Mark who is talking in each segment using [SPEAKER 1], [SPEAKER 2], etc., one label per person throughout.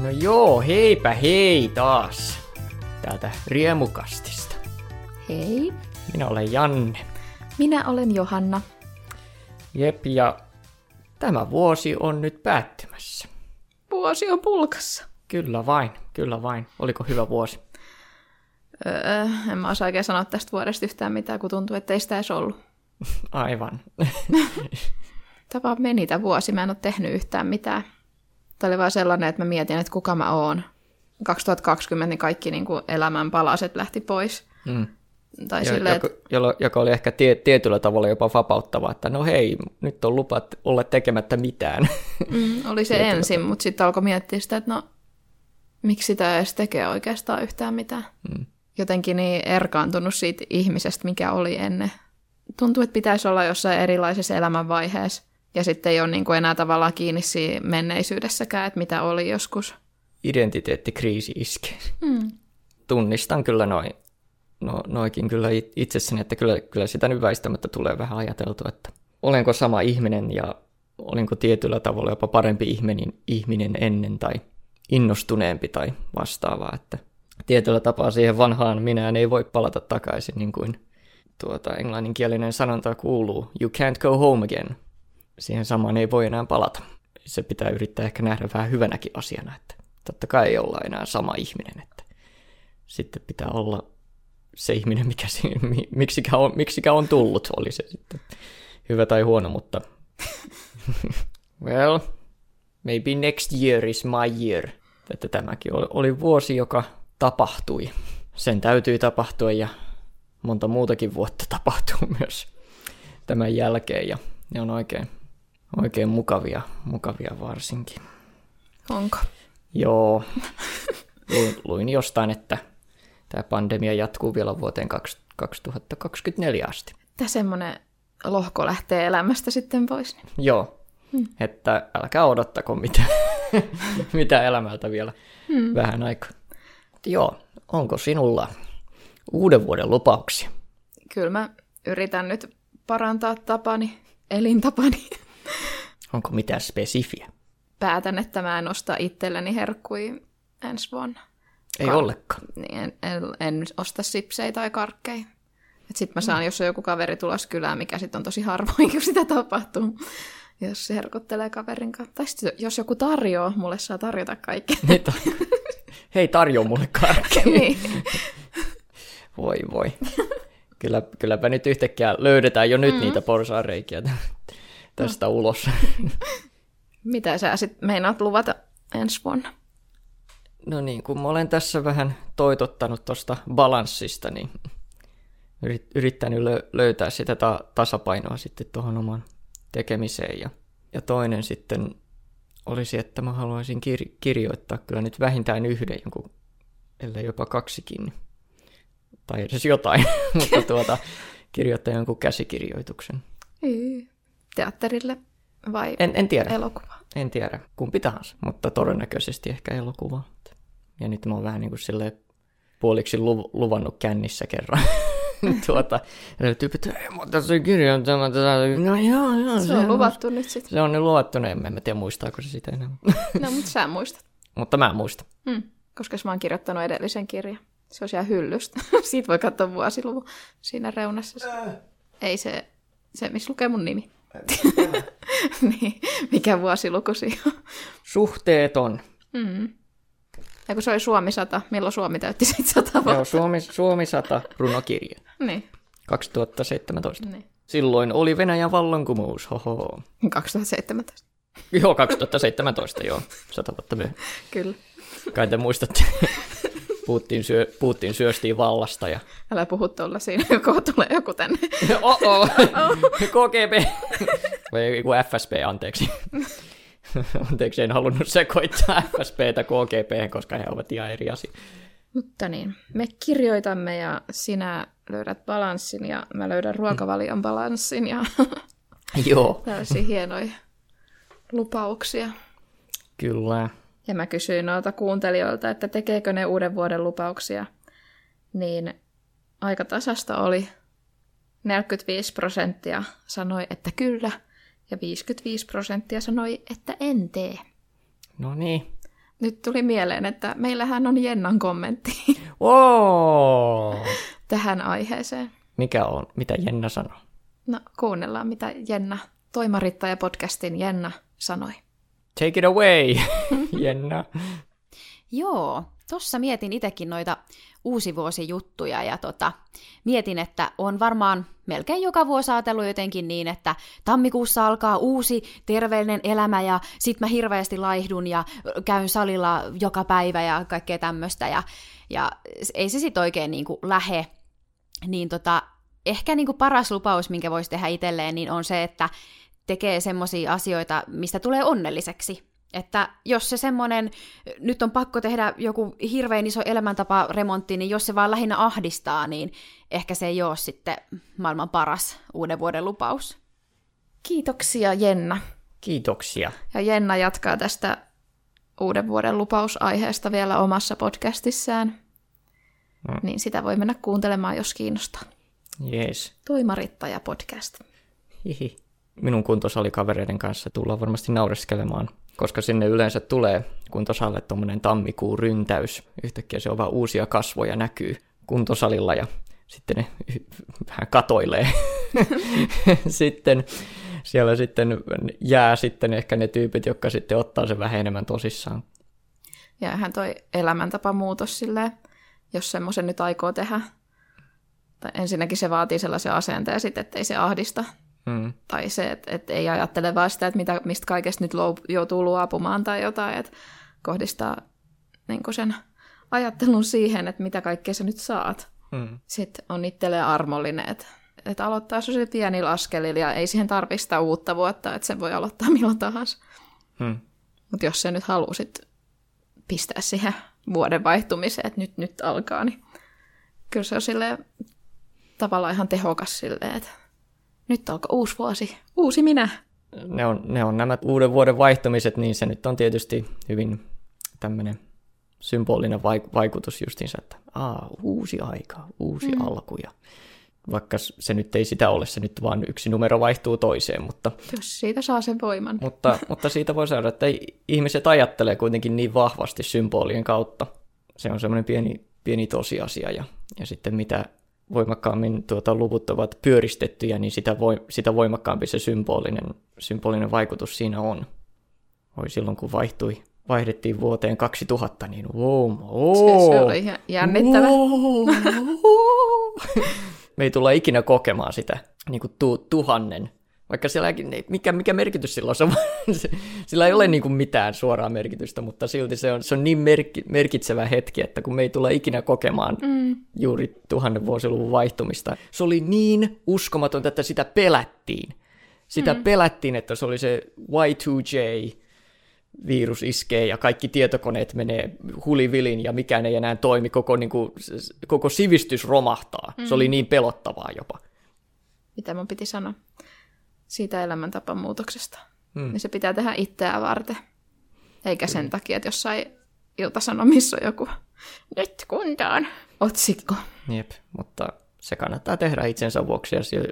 [SPEAKER 1] No joo, heipä hei taas. Täältä Riemukastista.
[SPEAKER 2] Hei,
[SPEAKER 1] Minä olen Janne.
[SPEAKER 2] minä olen Johanna.
[SPEAKER 1] Jep, ja tämä vuosi on nyt päättymässä.
[SPEAKER 2] Vuosi on pulkassa.
[SPEAKER 1] Kyllä vain, kyllä vain. Oliko hyvä vuosi?
[SPEAKER 2] Öö, en mä osaa oikein sanoa tästä vuodesta yhtään mitään, kun tuntuu, että ei sitä edes ollut.
[SPEAKER 1] Aivan.
[SPEAKER 2] Tapa meni tämä vuosi, mä en ole tehnyt yhtään mitään. Tämä oli vaan sellainen, että mä mietin, että kuka mä oon. 2020 niin kaikki niin kuin elämän palaset lähti pois.
[SPEAKER 1] Mm.
[SPEAKER 2] Tai
[SPEAKER 1] Jo,
[SPEAKER 2] silleen, että
[SPEAKER 1] joka, jolo, joka oli ehkä tie, tietyllä tavalla jopa vapauttava, että no hei, nyt on lupa t- olla tekemättä mitään.
[SPEAKER 2] mm, oli se ensin, mutta sitten alkoi miettiä sitä, että no, miksi sitä edes tekee oikeastaan yhtään mitään.
[SPEAKER 1] Mm.
[SPEAKER 2] Jotenkin niin erkaantunut siitä ihmisestä, mikä oli ennen. Tuntuu, että pitäisi olla jossain erilaisessa elämänvaiheessa. Ja sitten ei ole niin kuin enää tavallaan kiinni siinä menneisyydessäkään, että mitä oli joskus.
[SPEAKER 1] Identiteettikriisi iskee.
[SPEAKER 2] Mm.
[SPEAKER 1] Tunnistan kyllä noin. No, noikin kyllä it- itsessäni, että kyllä, kyllä sitä nyt väistämättä tulee vähän ajateltua, että olenko sama ihminen ja olenko tietyllä tavalla jopa parempi ihminen, ihminen ennen tai innostuneempi tai vastaavaa, että tietyllä tapaa siihen vanhaan minään ei voi palata takaisin, niin kuin tuota, englanninkielinen sanonta kuuluu, you can't go home again. Siihen samaan ei voi enää palata. Se pitää yrittää ehkä nähdä vähän hyvänäkin asiana, että totta kai ei olla enää sama ihminen, että sitten pitää olla se ihminen, mikä se, mi, miksikä, on, miksikä on tullut, oli se sitten hyvä tai huono, mutta well, maybe next year is my year. Että tämäkin oli, oli vuosi, joka tapahtui. Sen täytyy tapahtua ja monta muutakin vuotta tapahtuu myös tämän jälkeen ja ne on oikein, oikein mukavia, mukavia varsinkin.
[SPEAKER 2] Onko?
[SPEAKER 1] Joo. Luin, luin jostain, että tämä pandemia jatkuu vielä vuoteen kaks- 2024 asti.
[SPEAKER 2] Tämä semmoinen lohko lähtee elämästä sitten pois. Niin.
[SPEAKER 1] Joo. Hmm. Että älkää odottako mitä, mitä elämältä vielä hmm. vähän aikaa. Mut Joo. Onko sinulla uuden vuoden lupauksia?
[SPEAKER 2] Kyllä mä yritän nyt parantaa tapani, elintapani.
[SPEAKER 1] Onko mitään spesifiä?
[SPEAKER 2] Päätän, että mä en osta itselleni herkkui ensi vuonna.
[SPEAKER 1] Ei
[SPEAKER 2] Ka-
[SPEAKER 1] ollenkaan.
[SPEAKER 2] niin en, en, en osta sipsejä tai karkkeja. Sitten mä saan, jos on joku kaveri tulossa kylään, mikä sitten on tosi harvoin, kun sitä tapahtuu. Jos se herkottelee kaverin kanssa. Tai sit, jos joku tarjoaa, mulle saa tarjota kaikkea.
[SPEAKER 1] Niin tar- Hei, tarjoa mulle karkkia.
[SPEAKER 2] niin.
[SPEAKER 1] Voi voi. Kyllä, kylläpä nyt yhtäkkiä löydetään jo nyt mm. niitä porsaareikiä tä- tästä ulos.
[SPEAKER 2] Mitä sä sitten meinaat luvata ensi vuonna?
[SPEAKER 1] No niin, kun mä olen tässä vähän toitottanut tuosta balanssista, niin yrit- yrittänyt lö- löytää sitä ta- tasapainoa sitten tuohon oman tekemiseen. Ja, ja toinen sitten olisi, että mä haluaisin kir- kirjoittaa kyllä nyt vähintään yhden jonkun, ellei jopa kaksikin. Tai edes jotain, mutta tuota, kirjoittaa jonkun käsikirjoituksen.
[SPEAKER 2] Yy. Teatterille vai en.
[SPEAKER 1] En, en tiedä.
[SPEAKER 2] elokuvaan?
[SPEAKER 1] En tiedä, kumpi tahansa, mutta todennäköisesti ehkä elokuva. Ja nyt mä oon vähän niin kuin silleen puoliksi luv- luvannut kännissä kerran. tuota, löytyy, että ei, mutta tässä on kirjoittamatta. No joo, joo.
[SPEAKER 2] Se on luvattu nyt sitten.
[SPEAKER 1] Se on nyt luvattu, no en mä en tiedä muistaako se sitä enää.
[SPEAKER 2] No, mutta sä muistat.
[SPEAKER 1] mutta mä en muista.
[SPEAKER 2] Hmm. Koska mä oon kirjoittanut edellisen kirjan. Se on siellä hyllystä. Siitä voi katsoa vuosiluvu siinä reunassa. Ei se, se missä lukee mun nimi. niin, mikä vuosiluku siinä on.
[SPEAKER 1] Suhteet on.
[SPEAKER 2] Mm. Ja kun se oli Suomi 100, milloin Suomi täytti 700
[SPEAKER 1] Joo,
[SPEAKER 2] vuotta?
[SPEAKER 1] Suomi, Suomi 100 runokirja.
[SPEAKER 2] Niin,
[SPEAKER 1] 2017.
[SPEAKER 2] niin.
[SPEAKER 1] Silloin oli Venäjän vallankumous, hoho.
[SPEAKER 2] 2017,
[SPEAKER 1] Joo, 2017, joo. Sata vuotta myöhemmin.
[SPEAKER 2] kyllä.
[SPEAKER 1] Kai te muistatte. Putin, syö, Putin syöstiin vallasta ja...
[SPEAKER 2] Älä puhu tuolla siinä, joko tulee joku tänne.
[SPEAKER 1] Oh-oh! KGB! Vai joku FSB, anteeksi. Anteeksi, en halunnut sekoittaa FSBtä KGB, koska he ovat ihan eri asia.
[SPEAKER 2] Mutta niin, me kirjoitamme ja sinä löydät balanssin ja mä löydän ruokavalion balanssin ja
[SPEAKER 1] Joo,
[SPEAKER 2] tällaisia hienoja lupauksia.
[SPEAKER 1] kyllä.
[SPEAKER 2] Ja mä kysyin noilta kuuntelijoilta, että tekeekö ne uuden vuoden lupauksia. Niin aika tasasta oli. 45 prosenttia sanoi, että kyllä, ja 55 prosenttia sanoi, että en tee.
[SPEAKER 1] No niin,
[SPEAKER 2] Nyt tuli mieleen, että meillähän on Jennan kommentti
[SPEAKER 1] Wow!
[SPEAKER 2] tähän aiheeseen.
[SPEAKER 1] Mikä on? Mitä Jenna sanoo?
[SPEAKER 2] No, kuunnellaan mitä Jenna, Toimarittaja-podcastin Jenna sanoi.
[SPEAKER 1] Take it away, Jenna.
[SPEAKER 3] Joo, tossa mietin itsekin noita uusivuosijuttuja ja tota, mietin, että on varmaan melkein joka vuosi ajatellut jotenkin niin, että tammikuussa alkaa uusi terveellinen elämä ja sit mä hirveästi laihdun ja käyn salilla joka päivä ja kaikkea tämmöistä ja, ja ei se sit oikein niinku lähe, niin tota, ehkä niinku paras lupaus, minkä voisi tehdä itselleen, niin on se, että tekee semmoisia asioita, mistä tulee onnelliseksi. Että jos se semmoinen, nyt on pakko tehdä joku hirveän iso elämäntapa remontti, niin jos se vaan lähinnä ahdistaa, niin ehkä se ei ole sitten maailman paras uuden vuoden lupaus.
[SPEAKER 2] Kiitoksia Jenna.
[SPEAKER 1] Kiitoksia.
[SPEAKER 2] Ja Jenna jatkaa tästä uuden vuoden lupausaiheesta vielä omassa podcastissään.
[SPEAKER 1] Mm.
[SPEAKER 2] Niin sitä voi mennä kuuntelemaan, jos kiinnostaa.
[SPEAKER 1] Jees.
[SPEAKER 2] Toimarittaja podcast.
[SPEAKER 1] Hihi. Minun kuntosalikavereiden kanssa tullaan varmasti naureskelemaan, koska sinne yleensä tulee kuntosalle tuommoinen tammikuun ryntäys. Yhtäkkiä se on vaan uusia kasvoja näkyy kuntosalilla ja sitten ne vähän katoilee. sitten siellä sitten jää sitten ehkä ne tyypit, jotka sitten ottaa sen vähän enemmän tosissaan.
[SPEAKER 2] Ja hän toi elämäntapamuutos silleen, jos semmoisen nyt aikoo tehdä. Tai ensinnäkin se vaatii sellaisen asenteen sitten, ettei se ahdista.
[SPEAKER 1] Mm.
[SPEAKER 2] Tai se, että et ei ajattele vaan sitä, että mitä, mistä kaikesta nyt lou, joutuu luopumaan tai jotain. Että kohdistaa niin sen ajattelun siihen, että mitä kaikkea sä nyt saat.
[SPEAKER 1] Mm.
[SPEAKER 2] Sitten on itselleen armollinen, että et aloittaa se pienillä askelilla ja ei siihen tarvista uutta vuotta, että sen voi aloittaa milloin tahansa.
[SPEAKER 1] Mm.
[SPEAKER 2] Mutta jos sä nyt halusit pistää siihen vuoden vaihtumiseen, että nyt, nyt alkaa, niin kyllä se on silleen, tavallaan ihan tehokas silleen, että nyt alkoi uusi vuosi, uusi minä.
[SPEAKER 1] ne on, ne on nämä uuden vuoden vaihtumiset, niin se nyt on tietysti hyvin tämmöinen symbolinen vaik- vaikutus justiinsa, että aa, uusi aika, uusi mm. alku ja vaikka s- se nyt ei sitä ole, se nyt vaan yksi numero vaihtuu toiseen, mutta,
[SPEAKER 2] Jos siitä saa sen voiman. niin
[SPEAKER 1] mutta, mutta siitä voi saada, että ei- ihmiset ajattelee kuitenkin niin vahvasti symbolien kautta. Se on semmoinen pieni, pieni tosiasia ja, ja sitten mitä voimakkaammin tuota, luvut ovat pyöristettyjä, niin sitä, voi, sitä voimakkaampi se symbolinen, symbolinen vaikutus siinä on. Oi silloin kun vaihtui, vaihdettiin vuoteen 2000, niin wow, wow.
[SPEAKER 2] Se, se oli ihan jännittävä.
[SPEAKER 1] Wow. Me ei tulla ikinä kokemaan sitä niin kuin tu, tuhannen. Vaikka sielläkin, ei- niin, mikä, mikä merkitys sillä on? Se, on- se- sillä ei ole niin kuin mitään suoraa merkitystä, mutta silti se on, se on niin merki, merkitsevä hetki, että kun me ei tulla ikinä kokemaan mm. juuri tuhannen vuosiluvun vaihtumista. Se oli niin uskomatonta, että sitä pelättiin. Sitä mm. pelättiin, että se oli se Y2J, virus iskee ja kaikki tietokoneet menee hulivilin ja mikään ei enää toimi, koko, niin kuin, koko sivistys romahtaa. Mm. Se oli niin pelottavaa jopa.
[SPEAKER 2] Mitä mun piti sanoa siitä elämäntapamuutoksesta. Hmm. Niin se pitää tehdä itseä varten. Eikä sen takia, että jossain iltasanomissa on joku nyt kuntaan otsikko.
[SPEAKER 1] Jep, mutta se kannattaa tehdä itsensä vuoksi ja sillä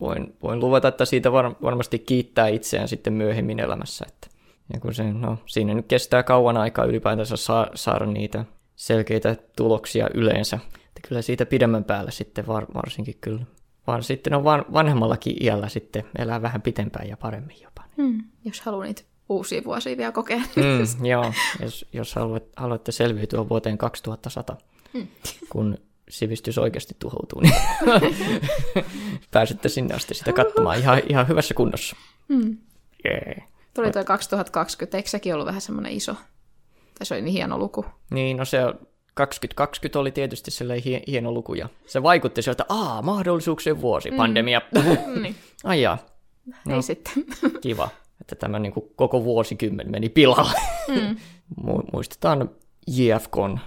[SPEAKER 1] voin, voin luvata, että siitä var, varmasti kiittää itseään sitten myöhemmin elämässä. Että. Ja kun se, no, siinä nyt kestää kauan aikaa ylipäätänsä saa, saada niitä selkeitä tuloksia yleensä. Että kyllä siitä pidemmän päällä sitten var, varsinkin kyllä. Vaan sitten on van, vanhemmallakin iällä sitten elää vähän pitempään ja paremmin jopa.
[SPEAKER 2] Hmm. Jos haluaa niitä uusia vuosia vielä kokea. niin
[SPEAKER 1] Mm, joo, jos, jos haluat, haluatte selviytyä vuoteen 2100,
[SPEAKER 2] Mm.
[SPEAKER 1] kun sivistys oikeasti tuhoutuu, niin pääsette sinne asti sitä katsomaan ihan, ihan hyvässä kunnossa.
[SPEAKER 2] Mm.
[SPEAKER 1] Yeah.
[SPEAKER 2] Tuli toi 2020, eikö sekin ollut vähän semmoinen iso? Tai se oli niin hieno luku.
[SPEAKER 1] Niin, no se 2020 oli tietysti sellainen hie, hieno luku, ja se vaikutti sieltä, aa, mahdollisuuksien vuosi, pandemia.
[SPEAKER 2] Mm. niin.
[SPEAKER 1] Ai jaa,
[SPEAKER 2] No. Ei sitten.
[SPEAKER 1] kiva, että tämä niin kuin koko vuosikymmen meni pilalle.
[SPEAKER 2] Mm.
[SPEAKER 1] Mu- muistetaan JFKn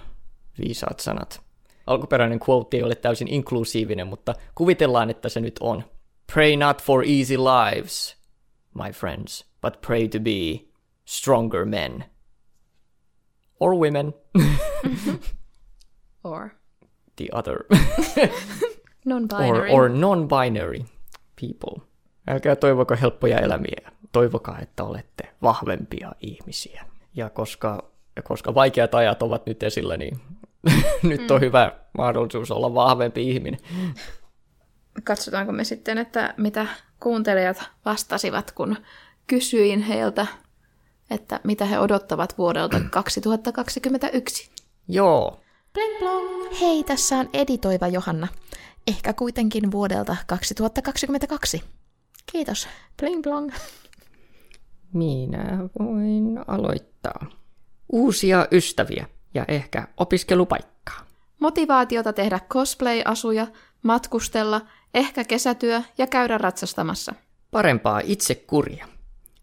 [SPEAKER 1] viisaat sanat. Alkuperäinen quote ei ole täysin inklusiivinen, mutta kuvitellaan, että se nyt on. Pray not for easy lives, my friends, but pray to be stronger men. Or women,
[SPEAKER 2] Or
[SPEAKER 1] the other. Or,
[SPEAKER 2] non-binary.
[SPEAKER 1] or non-binary people. Älkää toivoko helppoja elämiä, toivokaa, että olette vahvempia ihmisiä. Ja koska, ja koska vaikeat ajat ovat nyt esillä, niin nyt on hyvä mahdollisuus olla vahvempi ihminen.
[SPEAKER 2] Katsotaanko me sitten, että mitä kuuntelijat vastasivat, kun kysyin heiltä, että mitä he odottavat vuodelta 2021.
[SPEAKER 1] Joo,
[SPEAKER 2] Bling blong. Hei, tässä on editoiva Johanna. Ehkä kuitenkin vuodelta 2022. Kiitos. Bling blong.
[SPEAKER 1] minä voin aloittaa. Uusia ystäviä ja ehkä opiskelupaikkaa.
[SPEAKER 2] Motivaatiota tehdä cosplay-asuja, matkustella, ehkä kesätyö ja käydä ratsastamassa.
[SPEAKER 1] Parempaa itsekuria.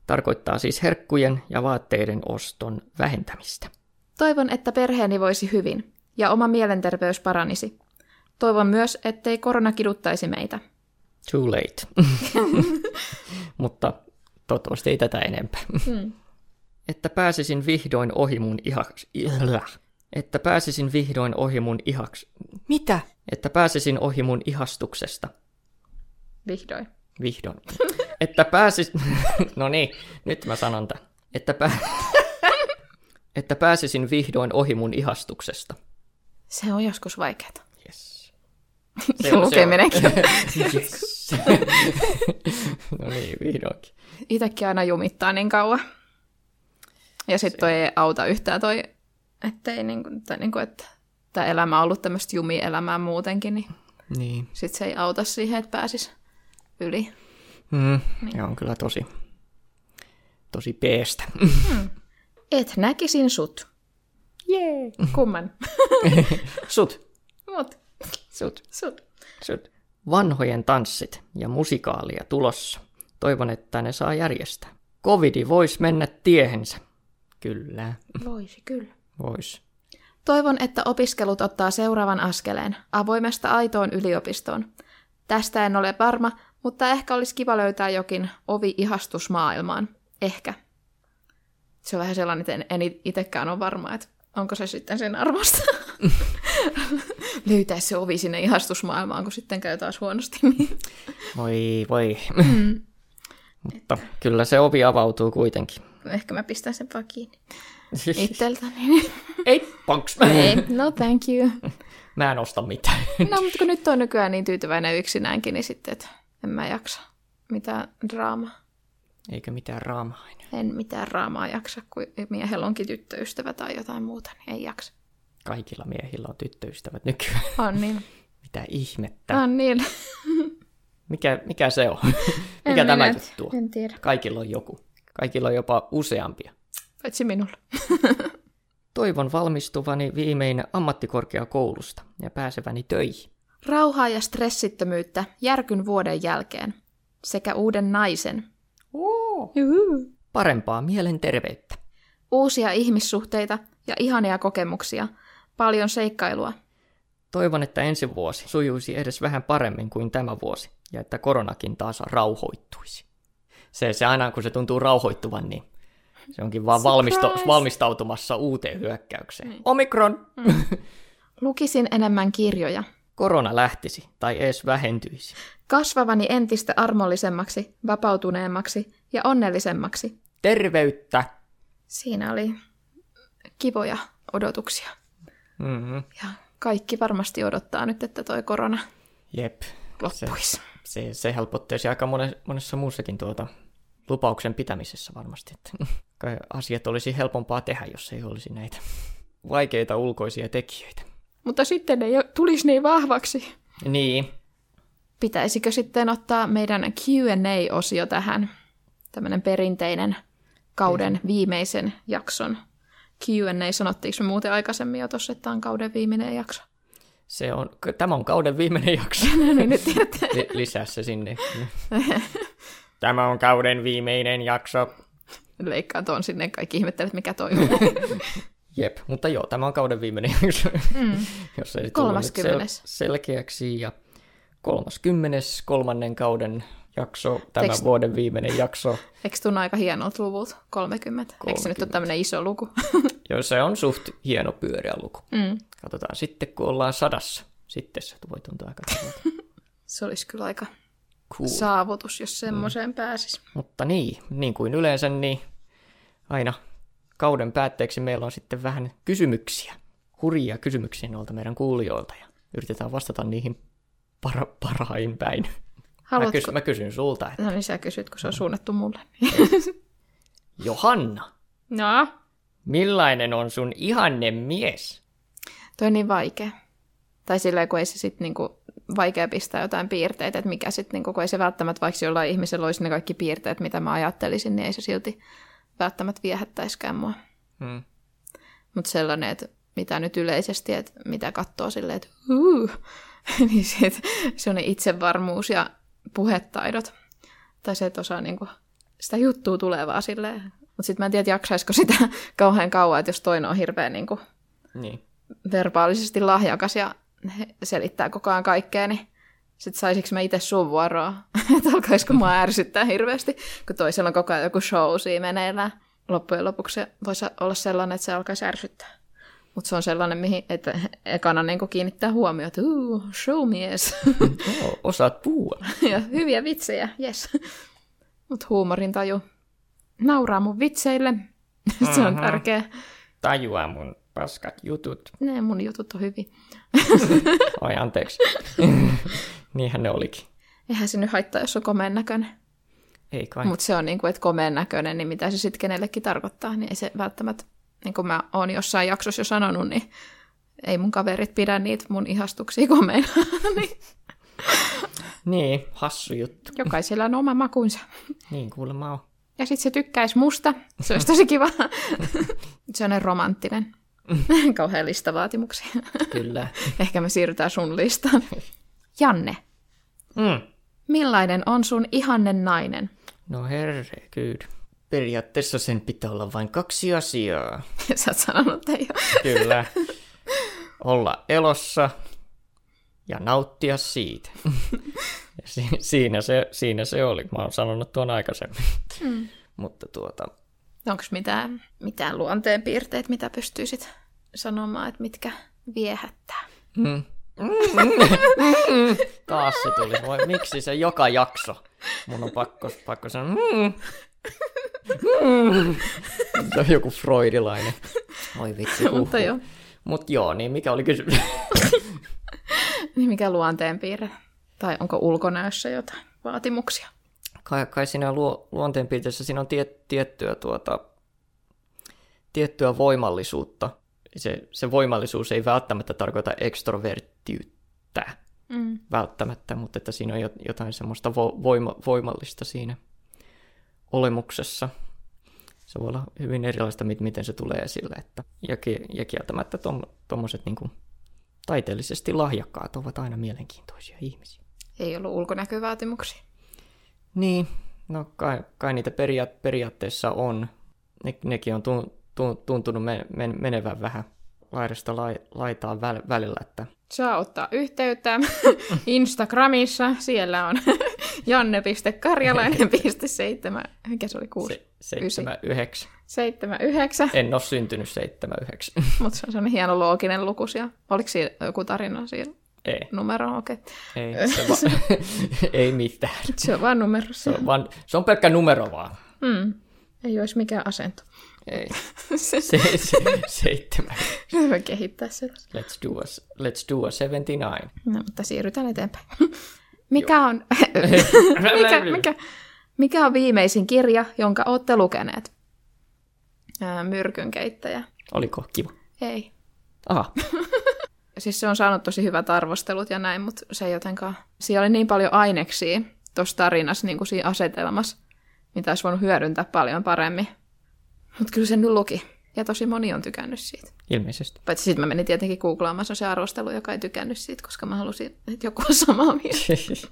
[SPEAKER 1] Tarkoittaa siis herkkujen ja vaatteiden oston vähentämistä.
[SPEAKER 2] Toivon, että perheeni voisi hyvin ja oma mielenterveys paranisi. Toivon myös, ettei korona kiduttaisi meitä.
[SPEAKER 1] Too late. Mutta toivottavasti ei tätä enempää.
[SPEAKER 2] Mm.
[SPEAKER 1] Että pääsisin vihdoin ohi mun ihaks... Ihlä. Että pääsisin vihdoin ohi mun ihaks... Mitä? Että pääsisin ohi mun ihastuksesta.
[SPEAKER 2] Vihdoin.
[SPEAKER 1] Vihdoin. että pääsis... no niin, nyt mä sanon tämän. Että, pää... että pääsisin vihdoin ohi mun ihastuksesta.
[SPEAKER 2] Se on joskus vaikeaa.
[SPEAKER 1] Yes.
[SPEAKER 2] Se lukeminenkin.
[SPEAKER 1] yes. no niin, vihdoinkin.
[SPEAKER 2] Itäkin aina jumittaa niin kauan. Ja sitten toi ei auta yhtään toi, ettei niin kuin, tai niin kuin, että tämä elämä on ollut tämmöistä jumielämää muutenkin, niin
[SPEAKER 1] Niin.
[SPEAKER 2] sitten se ei auta siihen, että pääsis yli.
[SPEAKER 1] Mm,
[SPEAKER 2] Niin.
[SPEAKER 1] ja on kyllä tosi, tosi peestä.
[SPEAKER 2] Et näkisin sut.
[SPEAKER 1] Jee.
[SPEAKER 2] Kumman?
[SPEAKER 1] Sut,
[SPEAKER 2] Mut,
[SPEAKER 1] sut,
[SPEAKER 2] sut.
[SPEAKER 1] sut. Vanhojen tanssit ja musikaalia tulossa. Toivon, että ne saa järjestää. Covidi vois mennä tiehensä. Kyllä,
[SPEAKER 2] Voisi kyllä.
[SPEAKER 1] vois.
[SPEAKER 2] Toivon, että opiskelut ottaa seuraavan askeleen, avoimesta aitoon yliopistoon. Tästä en ole varma, mutta ehkä olisi kiva löytää jokin ovi ihastusmaailmaan. Ehkä. Se on vähän sellainen, että en, en itsekään ole varma, että onko se sitten sen arvosta. Löytää se ovi sinne ihastusmaailmaan, kun sitten käy taas huonosti. Niin.
[SPEAKER 1] Voi, voi.
[SPEAKER 2] Mm.
[SPEAKER 1] Mutta kyllä se ovi avautuu kuitenkin.
[SPEAKER 2] Ehkä mä pistän sen vaan kiinni itseltäni.
[SPEAKER 1] Ei, panks.
[SPEAKER 2] Ei, no thank you.
[SPEAKER 1] Mä en osta mitään.
[SPEAKER 2] No, mutta kun nyt on nykyään niin tyytyväinen yksinäänkin, niin sitten, että en mä jaksa mitään draamaa.
[SPEAKER 1] Eikä mitään raamaa enää.
[SPEAKER 2] En mitään draamaa jaksa, kun miehellä onkin tyttöystävä tai jotain muuta, niin ei jaksa.
[SPEAKER 1] Kaikilla miehillä on tyttöystävät nykyään.
[SPEAKER 2] On niin.
[SPEAKER 1] Mitä ihmettä?
[SPEAKER 2] On niin.
[SPEAKER 1] Mikä, mikä se on?
[SPEAKER 2] En
[SPEAKER 1] Mikä tämä
[SPEAKER 2] minä-
[SPEAKER 1] juttu on?
[SPEAKER 2] En tiedä.
[SPEAKER 1] Kaikilla on joku. Kaikilla on jopa useampia.
[SPEAKER 2] Paitsi minulla.
[SPEAKER 1] Toivon valmistuvani viimein ammattikorkeakoulusta ja pääseväni töihin.
[SPEAKER 2] Rauhaa ja stressittömyyttä järkyn vuoden jälkeen. Sekä uuden naisen.
[SPEAKER 1] Oo.
[SPEAKER 2] Juhu.
[SPEAKER 1] Parempaa mielenterveyttä.
[SPEAKER 2] Uusia ihmissuhteita ja ihania kokemuksia. Paljon seikkailua.
[SPEAKER 1] Toivon, että ensi vuosi sujuisi edes vähän paremmin kuin tämä vuosi ja että koronakin taas rauhoittuisi. Se, se aina, kun se tuntuu rauhoittuvan, niin se onkin vaan valmisto,
[SPEAKER 2] Surprise! Niin. Mm.
[SPEAKER 1] valmistautumassa uuteen hyökkäykseen. Omikron!
[SPEAKER 2] Lukisin enemmän kirjoja.
[SPEAKER 1] Korona lähtisi tai edes vähentyisi.
[SPEAKER 2] Kasvavani entistä armollisemmaksi, vapautuneemmaksi ja onnellisemmaksi.
[SPEAKER 1] Terveyttä!
[SPEAKER 2] Siinä oli kivoja odotuksia.
[SPEAKER 1] Mm-hmm.
[SPEAKER 2] Ja kaikki varmasti odottaa nyt, että toi korona
[SPEAKER 1] Jep. Se,
[SPEAKER 2] loppuisi.
[SPEAKER 1] se, se helpottaisi aika monen, monessa muussakin tuota, lupauksen pitämisessä varmasti. Että kai asiat olisi helpompaa tehdä, jos ei olisi näitä vaikeita ulkoisia tekijöitä.
[SPEAKER 2] Mutta sitten ei o- tulisi niin vahvaksi.
[SPEAKER 1] Niin,
[SPEAKER 2] Pitäisikö sitten ottaa meidän Q&A-osio tähän? Tämmöinen perinteinen kauden viimeisen jakson Q&A. Sanottiinko me muuten aikaisemmin jo tuossa, että tämä on kauden viimeinen jakso?
[SPEAKER 1] se on, k- tämä on kauden viimeinen jakso.
[SPEAKER 2] No niin, nyt tiedätte.
[SPEAKER 1] Li- lisää se sinne. Tämä on kauden viimeinen jakso.
[SPEAKER 2] Leikkaan tuon sinne, kaikki ihmettelet, mikä toi on.
[SPEAKER 1] Jep, mutta joo, tämä on kauden viimeinen jakso,
[SPEAKER 2] Mm.
[SPEAKER 1] jos ei tullut nyt sel-
[SPEAKER 2] 30..
[SPEAKER 1] selkeäksi. Ja 30. kolmannen kauden jakso, tämän
[SPEAKER 2] Tekst-
[SPEAKER 1] vuoden viimeinen jakso.
[SPEAKER 2] Eikö tunnu aika hienolta luvut? 30. Eikö se nyt
[SPEAKER 1] 30?
[SPEAKER 2] ole tämmöinen iso luku?
[SPEAKER 1] Joo, se on suht hieno pyöreä luku.
[SPEAKER 2] Mm.
[SPEAKER 1] Katsotaan sitten, kun ollaan sadassa. Sitten se voi tuntua aika kivalta.
[SPEAKER 2] Se olisi kyllä aika
[SPEAKER 1] cool.
[SPEAKER 2] saavutus, jos semmoiseen pääsis.
[SPEAKER 1] Mutta niin, niin kuin yleensä, niin aina kauden päätteeksi meillä on sitten vähän kysymyksiä, hurjia kysymyksiä noilta meidän kuulijoilta ja yritetään vastata niihin para- parain päin. Mä,
[SPEAKER 2] Haluatko?
[SPEAKER 1] kysyn, mä kysyn sulta, että
[SPEAKER 2] No niin sä kysyt, kun se on suunnattu mulle.
[SPEAKER 1] Johanna,
[SPEAKER 2] No,
[SPEAKER 1] millainen on sun ihanne mies?
[SPEAKER 2] toi on niin vaikea. Tai silleen, kun ei se sitten niinku vaikea pistää jotain piirteitä, että mikä sitten, niinku, kun ei se välttämättä, vaikka jollain ihmisellä olisi ne kaikki piirteet, mitä mä ajattelisin, niin ei se silti välttämättä viehättäiskään mua.
[SPEAKER 1] Hmm.
[SPEAKER 2] Mutta sellainen, että mitä nyt yleisesti, että mitä katsoo silleen, että huu, niin se, että se on ne itsevarmuus ja puhetaidot. Tai se, että osaa niinku sitä juttua tulevaa silleen. Mutta sitten mä en tiedä, jaksaisiko sitä kauhean kauan, että jos toinen on hirveän niinku
[SPEAKER 1] Niin.
[SPEAKER 2] verbaalisesti lahjakas ja he- selittää koko ajan kaikkea, niin sitten saisinko mä itse sun vuoroa, että alkaisiko mua ärsyttää hirveästi, kun toisella on koko ajan joku show siinä meneillään. Loppujen lopuksi se voisi olla sellainen, että se alkaisi ärsyttää. Mutta se on sellainen, mihin, että ekana niin kiinnittää huomiota, että uu, showmies,
[SPEAKER 1] Joo, osaat puhua.
[SPEAKER 2] ja hyviä vitsejä, yes. Mutta huumorin taju nauraa mun vitseille, se on
[SPEAKER 1] Mhm.
[SPEAKER 2] tärkeä.
[SPEAKER 1] Tajua mun paskat jutut.
[SPEAKER 2] Ne mun jutut on hyvin.
[SPEAKER 1] Ai anteeksi. Niinhän ne olikin.
[SPEAKER 2] Eihän se nyt haittaa, jos on komeen näköinen.
[SPEAKER 1] Ei kai.
[SPEAKER 2] Mutta se on niinku, että komeen näköinen, niin mitä se sitten kenellekin tarkoittaa, niin ei se välttämättä, niin kuin mä oon jossain jaksossa jo sanonut, niin ei mun kaverit pidä niitä mun ihastuksia komeina. niin
[SPEAKER 1] Niin, hassu juttu.
[SPEAKER 2] jokaisella on oma makunsa.
[SPEAKER 1] Niin kuulemma on.
[SPEAKER 2] Ja sitten se tykkäisi musta. Se olisi tosi kiva. se on romanttinen. Kauhean lista vaatimuksia.
[SPEAKER 1] Kyllä.
[SPEAKER 2] Ehkä me siirrytään sun listaan. Janne,
[SPEAKER 1] Mm.
[SPEAKER 2] millainen on sun ihanne nainen?
[SPEAKER 1] No herre, kyllä. Periaatteessa sen pitää olla vain kaksi asiaa.
[SPEAKER 2] Sä oot sanonut, että ei ole.
[SPEAKER 1] Kyllä. Olla elossa ja nauttia siitä. Ja si- siinä, se, siinä se oli. Mä oon sanonut tuon aikaisemmin.
[SPEAKER 2] Mm.
[SPEAKER 1] Mutta tuota,
[SPEAKER 2] Onko mitään, mitään luonteenpiirteet, mitä pystyisit sanomaan, että mitkä viehättää?
[SPEAKER 1] Mm. Taas se tuli. Voi, miksi se joka jakso? Mun on pakko, pakko sanoa. Mm. Mm. Se on joku freudilainen. Oi vitsi. Uhu.
[SPEAKER 2] Mutta joo,
[SPEAKER 1] Mut joo, niin mikä oli kysymys?
[SPEAKER 2] niin mikä luonteenpiirre? Tai onko ulkonäössä jotain vaatimuksia?
[SPEAKER 1] Kai, kai siinä luo, luonteenpiirteissä siinä on tiet, tiettyä, tuota, tiettyä voimallisuutta. Se, se voimallisuus ei välttämättä tarkoita ekstroverttiyttä.
[SPEAKER 2] Mm.
[SPEAKER 1] välttämättä, mutta että siinä on jo- jotain semmoista vo- voima- voimallista siinä olemuksessa. Se voi olla hyvin erilaista, mit- miten se tulee esille. Että, ja, ki- ja kieltämättä tuommoiset niinku, taiteellisesti lahjakkaat ovat aina mielenkiintoisia ihmisiä.
[SPEAKER 2] Ei ollut ulkonäkövaatimuksia.
[SPEAKER 1] Niin, no kai, kai niitä peria- periaatteessa on. Ne, nekin on tun- tun- tuntunut men- men- menevän vähän laidasta lai- laitaan väl- välillä, että
[SPEAKER 2] Saa ottaa yhteyttä Instagramissa, siellä on janne.karjalainen.7, mikä se oli, 6?
[SPEAKER 1] se, 79.
[SPEAKER 2] 79,
[SPEAKER 1] En ole syntynyt 79.
[SPEAKER 2] mutta se on sellainen hieno looginen luku siellä. Oliko siinä joku tarina siinä
[SPEAKER 1] Ei,
[SPEAKER 2] numero? Okei. Okay.
[SPEAKER 1] ei, se va- ei mitään.
[SPEAKER 2] Se on vaan numero.
[SPEAKER 1] Se on, vaan, se on pelkkä numero vaan.
[SPEAKER 2] Mm. Ei olisi mikään asento.
[SPEAKER 1] Ei,
[SPEAKER 2] Se-
[SPEAKER 1] se, se, seitsemän.
[SPEAKER 2] Hyvä kehittää sitä.
[SPEAKER 1] Let's do a, let's do a 79.
[SPEAKER 2] No, mutta siirrytään eteenpäin. Mikä on, mikä, mikä, mikä on viimeisin kirja, jonka olette lukeneet? Ää, Myrkynkeittäjä.
[SPEAKER 1] Oliko kiva?
[SPEAKER 2] Ei.
[SPEAKER 1] Aha,
[SPEAKER 2] Siis se on saanut tosi hyvät arvostelut ja näin, mutta se ei jotenkaan... Siellä oli niin paljon aineksia tuossa tarinassa, niin kuin siinä asetelmassa, mitä olisi voinut hyödyntää paljon paremmin. Mutta kyllä sen nyt luki. Ja tosi moni on tykännyt siitä.
[SPEAKER 1] ilmeisesti.
[SPEAKER 2] Paitsi sitten mä menin tietenkin googlaamaan se, on se arvostelu, joka ei tykännyt siitä, koska mä halusin, että joku on samaa mieltä.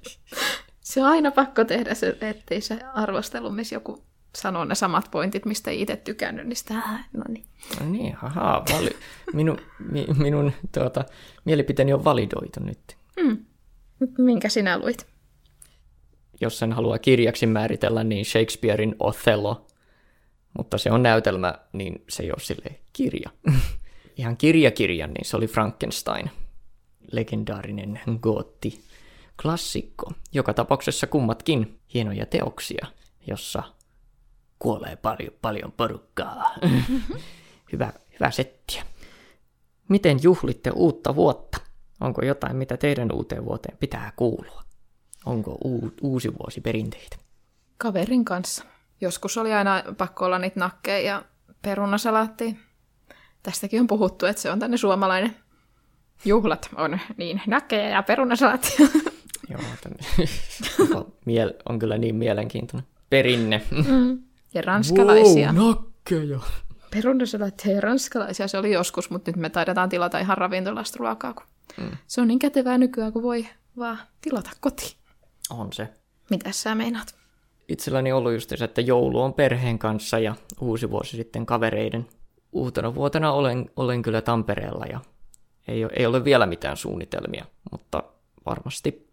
[SPEAKER 2] Se on aina pakko tehdä se, ettei se arvostelu, missä joku sanoo ne samat pointit, mistä ei itse tykännyt, niin sitä, "Ah, no niin.
[SPEAKER 1] No niin, haha, vali- minun, mi, minun tuota, mielipiteeni on validoitu nyt.
[SPEAKER 2] Mut Minkä sinä luit?
[SPEAKER 1] Jos sen haluaa kirjaksi määritellä, niin Shakespearein Othello, mutta se on näytelmä, niin se ei ole silleen kirja. Ihan kirjakirja, niin se oli Frankenstein, legendaarinen gootti klassikko. Joka tapauksessa kummatkin hienoja teoksia, jossa kuolee paljon, paljon porukkaa. hyvä, hyvä settiä. Miten juhlitte uutta vuotta? Onko jotain, mitä teidän uuteen vuoteen pitää kuulua? Onko uu, uusi vuosi perinteitä?
[SPEAKER 2] Kaverin kanssa. Joskus oli aina pakko olla niitä nakkeja ja perunasalaattia. Tästäkin on puhuttu, että se on tänne suomalainen. Juhlat on niin nakkeja ja perunasalaattia.
[SPEAKER 1] Joo, tämän, on, miel, on kyllä niin mielenkiintoinen perinne.
[SPEAKER 2] Mm. Ja ranskalaisia.
[SPEAKER 1] Wow, nakkeja!
[SPEAKER 2] Perunasalaattia ja ranskalaisia se oli joskus, mutta nyt me taidetaan tilata ihan ravintolasta ruokaa, kun mm. se on niin kätevää nykyään, kun voi vaan tilata kotiin.
[SPEAKER 1] On se.
[SPEAKER 2] Mitä sä meinaat?
[SPEAKER 1] Itselläni ollut just se, että joulu on perheen kanssa ja uusi vuosi sitten kavereiden. Uutena vuotena olen, olen kyllä Tampereella ja ei, ole- ei ole vielä mitään suunnitelmia, mutta varmasti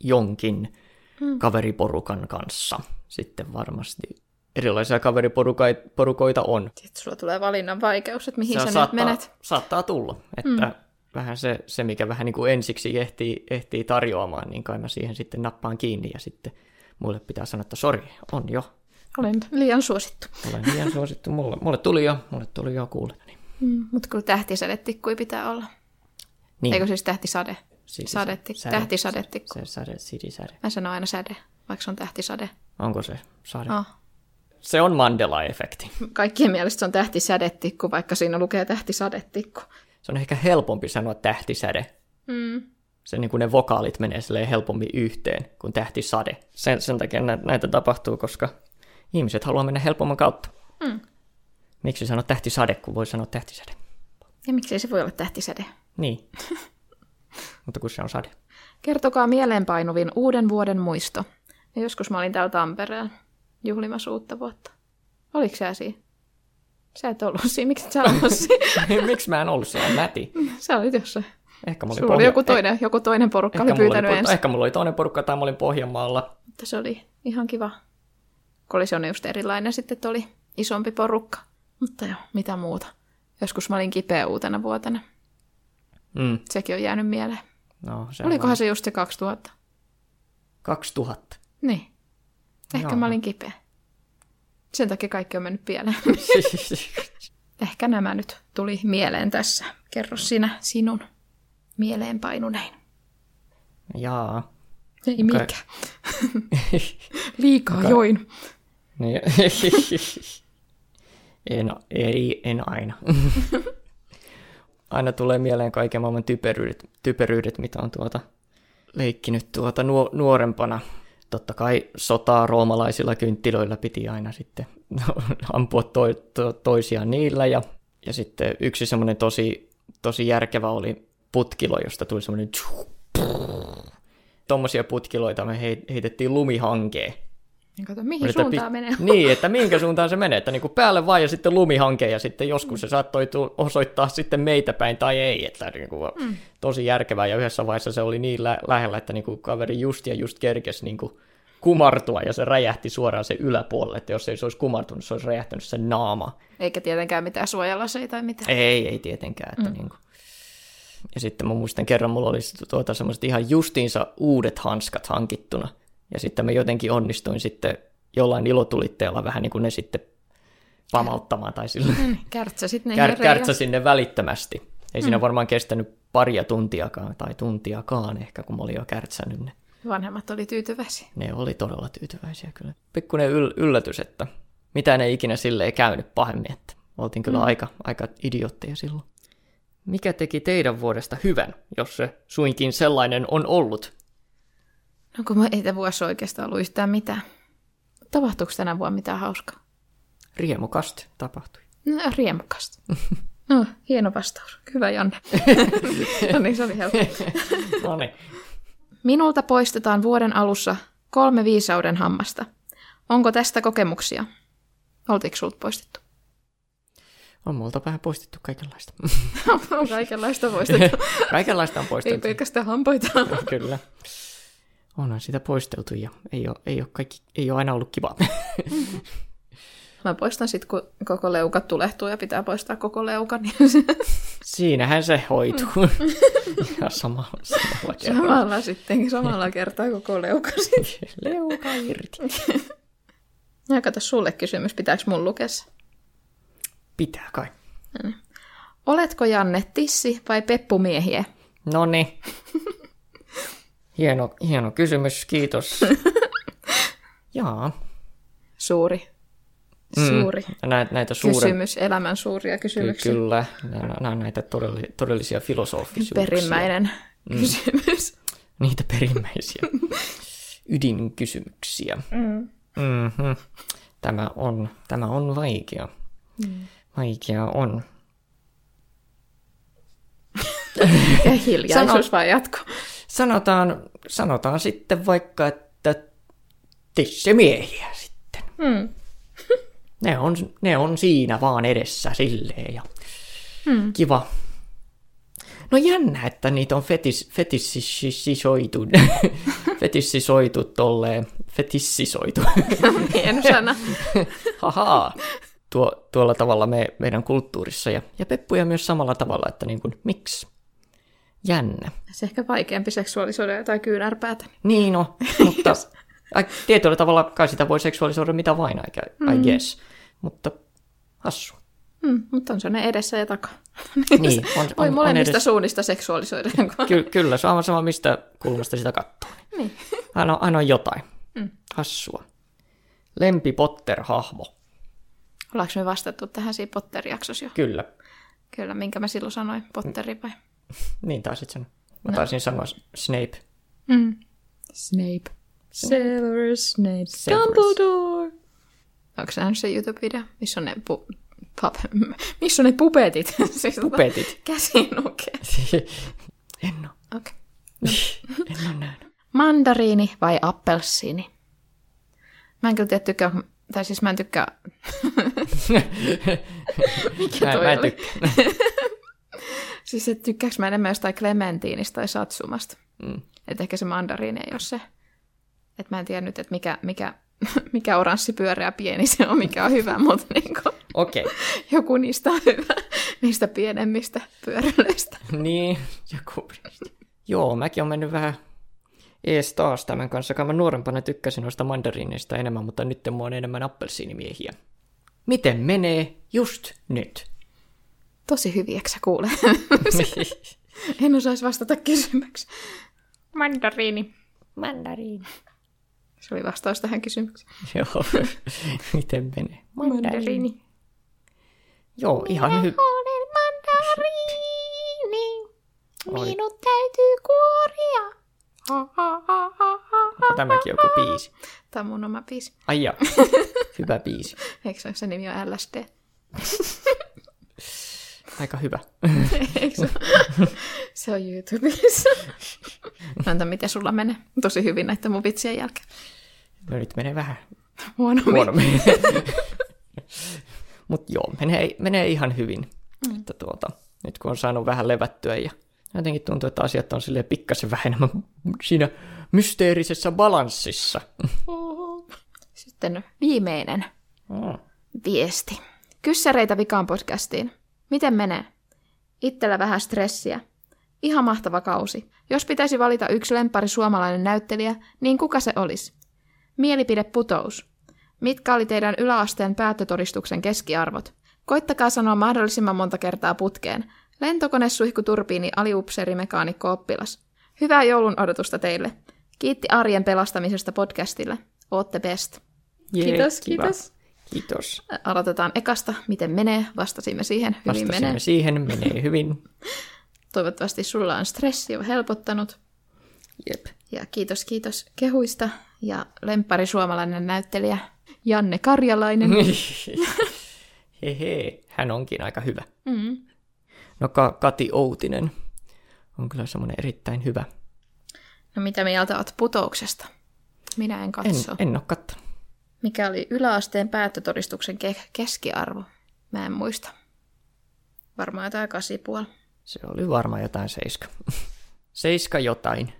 [SPEAKER 1] jonkin
[SPEAKER 2] Mm.
[SPEAKER 1] kaveriporukan kanssa sitten varmasti. Erilaisia kaveriporukoita on.
[SPEAKER 2] Sitten sulla tulee valinnan vaikeus, että mihin
[SPEAKER 1] Se
[SPEAKER 2] Niin sä nyt
[SPEAKER 1] saattaa,
[SPEAKER 2] menet.
[SPEAKER 1] saattaa tulla, että mm. vähän se, se, mikä vähän niin kuin ensiksi ehtii, ehtii tarjoamaan, niin kai mä siihen sitten nappaan kiinni ja sitten muille pitää sanoa, että sori, on jo.
[SPEAKER 2] Olen liian suosittu.
[SPEAKER 1] Olen liian suosittu, mulle, mulle tuli jo, mulle tuli jo kuule. Niin,
[SPEAKER 2] Mm, mutta kyllä tähtisadetikkui pitää olla.
[SPEAKER 1] niin.
[SPEAKER 2] Eikö siis tähtisade?
[SPEAKER 1] Sidi-
[SPEAKER 2] Sadetti,
[SPEAKER 1] säde-
[SPEAKER 2] tähtisadetikku.
[SPEAKER 1] Se sade, sidisäde.
[SPEAKER 2] Mä sanon aina säde, vaikka se on tähtisade.
[SPEAKER 1] Onko se sade?
[SPEAKER 2] Oh.
[SPEAKER 1] Se on Mandela-efekti.
[SPEAKER 2] Kaikkien mielestä se on tähtisädetikku, vaikka siinä lukee tähtisadetikku.
[SPEAKER 1] Se on ehkä helpompi sanoa tähtisäde.
[SPEAKER 2] Mm.
[SPEAKER 1] Se, niin kuin ne vokaalit menee silleen helpommin yhteen kuin tähtisade. Sen, sen takia nä- näitä tapahtuu, koska ihmiset haluaa mennä helpomman kautta.
[SPEAKER 2] Mm.
[SPEAKER 1] Miksi sanoa tähtisade, kun voi sanoa tähtisäde?
[SPEAKER 2] Ja miksei se voi olla tähtisäde?
[SPEAKER 1] Niin. Mutta kun se on sade.
[SPEAKER 2] Kertokaa mieleenpainuvin uuden vuoden muisto. Ja joskus mä olin täällä Tampereella juhlimassa uutta vuotta. Oliko sä siinä? Sä et ollut siinä, miksi et sä ollut siinä?
[SPEAKER 1] Miksi mä en ollut siellä mäti?
[SPEAKER 2] Sä olit jossain.
[SPEAKER 1] Ehkä mulla oli,
[SPEAKER 2] Sulla oli
[SPEAKER 1] Pohja-
[SPEAKER 2] joku toinen, joku toinen porukka
[SPEAKER 1] eh-
[SPEAKER 2] oli
[SPEAKER 1] ehkä, mulla oli,
[SPEAKER 2] pyytänyt
[SPEAKER 1] por-
[SPEAKER 2] ensin.
[SPEAKER 1] ehkä mulla oli toinen porukka tai mä olin Pohjanmaalla.
[SPEAKER 2] Mutta se oli ihan kiva. Kun oli se on just erilainen sitten, että oli isompi porukka. Mutta joo, mitä muuta. Joskus mä olin kipeä uutena vuotena.
[SPEAKER 1] Mm.
[SPEAKER 2] Sekin on jäänyt mieleen.
[SPEAKER 1] No, se on
[SPEAKER 2] Olikohan se just se 2000?
[SPEAKER 1] 2000.
[SPEAKER 2] Niin. Ehkä
[SPEAKER 1] Joo.
[SPEAKER 2] mä olin kipeä. Sen takia kaikki on mennyt pieleen. Ehkä nämä nyt tuli mieleen tässä. Kerro sinä sinun mieleenpainunein.
[SPEAKER 1] Jaa.
[SPEAKER 2] Ei okay. mikä. Liikaa
[SPEAKER 1] Okei.
[SPEAKER 2] okay. join.
[SPEAKER 1] Niin. en, ei, en aina. aina tulee mieleen kaiken maailman typeryydet, typeryydet mitä on tuota leikkinyt tuota nuo, nuorempana. Totta kai sotaa roomalaisilla kynttilöillä piti aina sitten ampua to, to, toisiaan niillä. Ja, ja sitten yksi semmoinen tosi, tosi järkevä oli putkilo, josta tuli semmoinen... Tuommoisia putkiloita me hei- heitettiin lumihankeen.
[SPEAKER 2] Ja Niin Kato, mihin
[SPEAKER 1] Että
[SPEAKER 2] suuntaan menee.
[SPEAKER 1] Niin, että minkä suuntaan se menee, että niin kuin päälle vaan ja sitten lumihanke ja sitten joskus
[SPEAKER 2] Mm.
[SPEAKER 1] se saattoi tu- osoittaa sitten meitä päin tai ei, että niin kuin mm. tosi järkevää ja yhdessä vaiheessa se oli niin lä- lähellä, että niin kuin kaveri just ja just kerkesi niin kuin kumartua ja se räjähti suoraan se yläpuolelle, että jos ei se olisi kumartunut, se olisi räjähtänyt sen naama.
[SPEAKER 2] Eikä tietenkään mitään suojalaseja tai mitään.
[SPEAKER 1] Ei, ei tietenkään. Että mm. niin kuin. Ja sitten mä muistan kerran, mulla oli sit tuota semmoiset ihan justiinsa uudet hanskat hankittuna. Ja sitten mä jotenkin onnistuin sitten jollain ilotulitteella vähän niin kuin ne sitten pamauttamaan tai sillä
[SPEAKER 2] Mm, Kärtsäsit ne
[SPEAKER 1] kär,
[SPEAKER 2] ihan reilaan.
[SPEAKER 1] kärtsäsin ne välittömästi. Ei siinä varmaan kestänyt paria tuntiakaan tai tuntiakaan ehkä, kun mä olin jo kärtsännyt ne.
[SPEAKER 2] Vanhemmat oli tyytyväisiä.
[SPEAKER 1] Ne oli todella tyytyväisiä kyllä. Pikkuinen yl- yllätys, että mitään ei ikinä sille ei käynyt pahemmin, että oltiin kyllä mm. aika, aika idiotteja silloin. Mikä teki teidän vuodesta hyvän, jos se suinkin sellainen on ollut?
[SPEAKER 2] No kun mä ei tämä vuosi oikeastaan ollut yhtään mitään. Tapahtuuko tänä vuonna mitään hauskaa?
[SPEAKER 1] Riemukasti tapahtui.
[SPEAKER 2] No, riemukasta. No, hieno vastaus. Hyvä, Janne. no niin, se oli helppo.
[SPEAKER 1] No niin.
[SPEAKER 2] Minulta poistetaan vuoden alussa kolme viisauden hammasta. Onko tästä kokemuksia? Oltiinko sulta poistettu?
[SPEAKER 1] On multa vähän poistettu kaikenlaista.
[SPEAKER 2] On kaikenlaista poistettu.
[SPEAKER 1] Kaikenlaista on
[SPEAKER 2] Ei
[SPEAKER 1] poisteltu.
[SPEAKER 2] pelkästään hampaita.
[SPEAKER 1] kyllä. Onhan sitä poisteltu ja ei ole, ei ole, kaikki, ei ole aina ollut kivaa.
[SPEAKER 2] Mä poistan sitten, kun koko leuka tulehtuu ja pitää poistaa koko leuka, niin se
[SPEAKER 1] Siinähän se hoituu. Ja sama, samalla kerralla.
[SPEAKER 2] samalla
[SPEAKER 1] Niin.
[SPEAKER 2] sitten, samalla kertaa koko leuka.
[SPEAKER 1] Leuka irti.
[SPEAKER 2] Ja kato sulle kysymys, pitääkö mun lukea se?
[SPEAKER 1] Pitää kai.
[SPEAKER 2] Oletko Janne tissi vai peppumiehiä?
[SPEAKER 1] No niin. Hieno, hieno kysymys, kiitos. Jaa.
[SPEAKER 2] Suuri.
[SPEAKER 1] Mm.
[SPEAKER 2] Suuri
[SPEAKER 1] Nä, näitä suuren...
[SPEAKER 2] kysymys, elämän suuria
[SPEAKER 1] Ky-
[SPEAKER 2] kysymyksiä.
[SPEAKER 1] kyllä, nämä, nämä on näitä todelli, todellisia filosofisuuksia.
[SPEAKER 2] Perimmäinen
[SPEAKER 1] Mm.
[SPEAKER 2] kysymys.
[SPEAKER 1] Niitä perimmäisiä ydinkysymyksiä.
[SPEAKER 2] Mm.
[SPEAKER 1] Mm-hmm. Tämä, on, tämä on vaikea.
[SPEAKER 2] Mm.
[SPEAKER 1] Vaikea on.
[SPEAKER 2] Ja hiljaisuus vaan jatkuu.
[SPEAKER 1] Sanotaan, sanotaan sitten vaikka, että tissemiehiä sitten.
[SPEAKER 2] Mm.
[SPEAKER 1] Ne on, ne on siinä vaan edessä silleen ja
[SPEAKER 2] Mm.
[SPEAKER 1] kiva. No jännä, että niitä on fetis, fetissisoitu, fetissisoitu tolleen, fetissisoitu.
[SPEAKER 2] Hieno sana.
[SPEAKER 1] Hahaa. Tuo, tuolla tavalla me, meidän kulttuurissa ja, ja peppuja myös samalla tavalla, että niin kuin, miksi? Jännä.
[SPEAKER 2] Se ehkä vaikeampi seksuaalisuuden jotain kyynärpäätä.
[SPEAKER 1] Niin no, mutta ai, tietyllä tavalla kai sitä voi seksuaalisoida mitä vain, I, gu- I guess. Mutta hassu.
[SPEAKER 2] Mm, mutta on se ne edessä ja takaa.
[SPEAKER 1] Niin, on,
[SPEAKER 2] Voi
[SPEAKER 1] on, on
[SPEAKER 2] molemmista
[SPEAKER 1] edes,
[SPEAKER 2] suunnista seksuaalisoida.
[SPEAKER 1] ky, kyllä, se on aivan sama mistä kulmasta sitä katsoo.
[SPEAKER 2] Niin.
[SPEAKER 1] Aina, aina on jotain.
[SPEAKER 2] Mm.
[SPEAKER 1] Hassua. Lempi Potter-hahmo.
[SPEAKER 2] Ollaanko me vastattu tähän siinä Potter-jaksossa jo?
[SPEAKER 1] Kyllä.
[SPEAKER 2] Kyllä, minkä mä silloin sanoin, Potteri vai?
[SPEAKER 1] Niin taisit sanoa.
[SPEAKER 2] No.
[SPEAKER 1] Mä taisin sanoa Snape.
[SPEAKER 2] Mm. Snape. Severus Snape.
[SPEAKER 1] Severus.
[SPEAKER 2] Dumbledore. Onko nähnyt se YouTube-video, missä on ne, pu- pap- missä on ne pupetit? siis tota,
[SPEAKER 1] Pupetit.
[SPEAKER 2] Käsinuke.
[SPEAKER 1] en oo.
[SPEAKER 2] Okay.
[SPEAKER 1] En oo nähnyt.
[SPEAKER 2] Mandariini vai appelsiini? Mä en kyllä tiedä tykkää, tai siis mä en tykkää,
[SPEAKER 1] Mä, en-
[SPEAKER 2] toi
[SPEAKER 1] mä en
[SPEAKER 2] oli?
[SPEAKER 1] tykkää.
[SPEAKER 2] siis et tykkääks mä enemmän jostain klementiinista tai satsumasta.
[SPEAKER 1] Mm.
[SPEAKER 2] Et ehkä se mandariini ei ole se. Et mä en tiedä nyt, että mikä, mikä, mikä oranssi pyöreä pieni se on, mikä on hyvä, mutta niinku,
[SPEAKER 1] Okei.
[SPEAKER 2] joku niistä on hyvä, niistä pienemmistä pyöröistä.
[SPEAKER 1] Niin, joku Joo, mäkin on mennyt vähän ees taas tämän kanssa, kai mä nuorempana tykkäsin noista mandariineista enemmän, mutta nyt mua on enemmän appelsiinimiehiä. Miten menee just nyt?
[SPEAKER 2] Tosi hyviä, eikö sä kuule? en osaisi vastata kysymykseen. Mandariini.
[SPEAKER 1] Mandariini.
[SPEAKER 2] Se oli vastaus tähän kysymykseen.
[SPEAKER 1] Joo, miten menee? Joo, ihan hyvä.
[SPEAKER 2] olen mandariini.
[SPEAKER 1] Oi.
[SPEAKER 2] Minut täytyy kuoria. Ha, ha, ha, ha, ha.
[SPEAKER 1] Tämäkin joku biisi.
[SPEAKER 2] Tämä on mun oma biisi.
[SPEAKER 1] Ai ja, hyvä biisi.
[SPEAKER 2] Eikö se, se nimi on LSD?
[SPEAKER 1] Aika hyvä.
[SPEAKER 2] Eikö se, ole? se on YouTubessa. Mä Entä miten sulla menee? Tosi hyvin näiden mun vitsien jälkeen.
[SPEAKER 1] No nyt menee vähän
[SPEAKER 2] Huono
[SPEAKER 1] huonommin. Mutta joo, menee, menee ihan hyvin. Mm. Että tuota, nyt kun on saanut vähän levättyä ja jotenkin tuntuu, että asiat on silleen pikkasen vähän enemmän siinä mysteerisessä balanssissa.
[SPEAKER 2] Sitten viimeinen
[SPEAKER 1] Mm.
[SPEAKER 2] viesti. Kyssäreitä vikaan podcastiin. Miten menee? Itsellä vähän stressiä. Ihan mahtava kausi. Jos pitäisi valita yksi lempari suomalainen näyttelijä, niin kuka se olisi? Mielipide putous. Mitkä oli teidän yläasteen päättötodistuksen keskiarvot? Koittakaa sanoa mahdollisimman monta kertaa putkeen. Lentokone suihku turbiini aliupseeri mekaanikko oppilas. Hyvää joulun odotusta teille. Kiitti arjen pelastamisesta podcastille. Ootte best.
[SPEAKER 1] Jee,
[SPEAKER 2] Kiitos,
[SPEAKER 1] kiva.
[SPEAKER 2] kiitos.
[SPEAKER 1] Kiitos.
[SPEAKER 2] Aloitetaan ekasta, miten menee. Vastasimme siihen, hyvin
[SPEAKER 1] Vastasimme
[SPEAKER 2] menee.
[SPEAKER 1] siihen, menee hyvin.
[SPEAKER 2] Toivottavasti sulla on stressi jo helpottanut.
[SPEAKER 1] Jep.
[SPEAKER 2] Ja kiitos, kiitos kehuista. Ja lempari suomalainen näyttelijä Janne Karjalainen.
[SPEAKER 1] Hehe, hän onkin aika hyvä.
[SPEAKER 2] Mm.
[SPEAKER 1] No Ka- Kati Outinen on kyllä semmoinen erittäin hyvä. Mm-hmm.
[SPEAKER 2] No mitä mieltä oot putouksesta? Minä en
[SPEAKER 1] En,
[SPEAKER 2] katso.
[SPEAKER 1] en ole kattonut.
[SPEAKER 2] Mikä oli yläasteen päättötodistuksen ke- keskiarvo? Mä en muista. Varmaan jotain kasipuoli.
[SPEAKER 1] Se oli varmaan jotain seiska. Seiska jotain.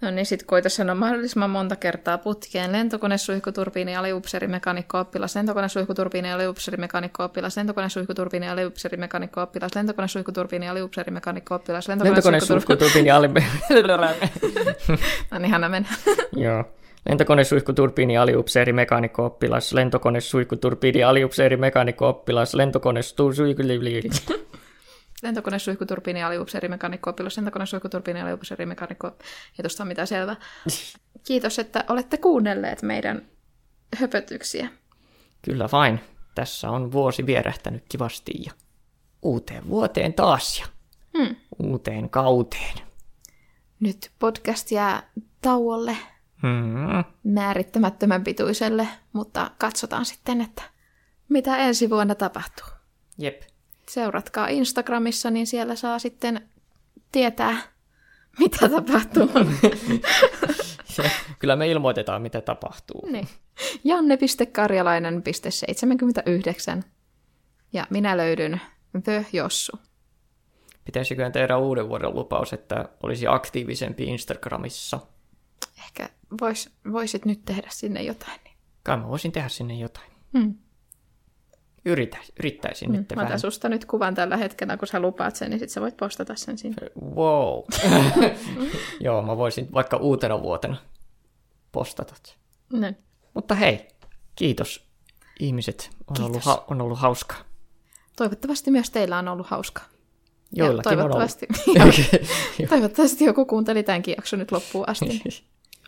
[SPEAKER 2] No niin, sit koita sanoa mahdollisimman monta kertaa putkeen. Lentokone, suihkuturbiini, aliupseeri, mekaanikko, oppilas. Lentokone, suihkuturbiini, aliupseeri, mekaanikko, oppilas. Lentokone, suihkuturbiini, aliupseeri, mekaanikko, oppilas. Lentokone, suihkuturbiini, aliupseeri, mekaanikko, oppilas.
[SPEAKER 1] Lentokone
[SPEAKER 2] suihkuturbiini- No
[SPEAKER 1] suihkuturbin ja alle...
[SPEAKER 2] On ihana mennä.
[SPEAKER 1] Joo. lentokonesuihkuturbiini aliupseeri mekaanikko oppilas, lentokonesuihkuturbiini aliupseeri mekaanikko oppilas, lentokonesuihkuturbiini
[SPEAKER 2] Lentokone suihkuturbiini aliupseeri mekanikko oppilas, lentokone suihkuturbiini aliupseeri mekanikko ei tuosta ole mitään selvää. Kiitos, että olette kuunnelleet meidän höpötyksiä.
[SPEAKER 1] Kyllä vain. Tässä on vuosi vierähtänyt kivasti ja uuteen vuoteen taas ja
[SPEAKER 2] Hmm.
[SPEAKER 1] uuteen kauteen.
[SPEAKER 2] Nyt podcast jää tauolle
[SPEAKER 1] Hmm.
[SPEAKER 2] määrittämättömän pituiselle, mutta katsotaan sitten, että mitä ensi vuonna tapahtuu.
[SPEAKER 1] Jep.
[SPEAKER 2] Seuratkaa Instagramissa, niin siellä saa sitten tietää, mitä tapahtuu.
[SPEAKER 1] Kyllä me ilmoitetaan, mitä tapahtuu.
[SPEAKER 2] niin. Janne.karjalainen.79 ja minä löydyn The Jossu.
[SPEAKER 1] Pitäisiköhän tehdä uuden vuoden lupaus, että olisi aktiivisempi Instagramissa?
[SPEAKER 2] Ehkä vois, voisit nyt tehdä sinne jotain. Niin.
[SPEAKER 1] Kai mä voisin tehdä sinne jotain.
[SPEAKER 2] Hmm.
[SPEAKER 1] Yritä, yrittäisin
[SPEAKER 2] Mm,
[SPEAKER 1] nyt
[SPEAKER 2] Mä
[SPEAKER 1] vähän.
[SPEAKER 2] otan susta nyt kuvan tällä hetkellä, kun sä lupaat sen, niin sit sä voit postata sen sinne.
[SPEAKER 1] Wow. Joo, mä voisin vaikka uutena vuotena postata. sen. Niin.
[SPEAKER 2] Näin.
[SPEAKER 1] Mutta hei, kiitos ihmiset. On,
[SPEAKER 2] Kiitos.
[SPEAKER 1] Ollut, ha- on ollut hauskaa.
[SPEAKER 2] Toivottavasti myös teillä on ollut hauskaa. Ja
[SPEAKER 1] Joillakin
[SPEAKER 2] toivottavasti,
[SPEAKER 1] on ollut. Joo.
[SPEAKER 2] toivottavasti joku kuunteli tämänkin jakson nyt loppuun asti. niin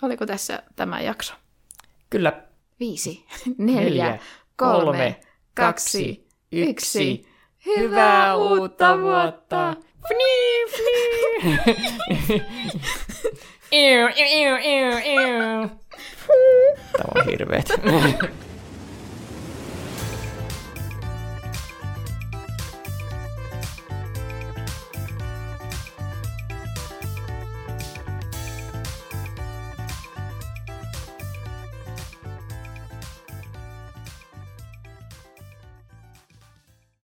[SPEAKER 2] Oliko tässä tämä jakso?
[SPEAKER 1] Kyllä.
[SPEAKER 2] Viisi, neljä, kolme, kaksi, yksi.
[SPEAKER 1] Hyvää uutta vuotta!
[SPEAKER 2] Fnii, fnii.
[SPEAKER 1] Tämä on hirveet.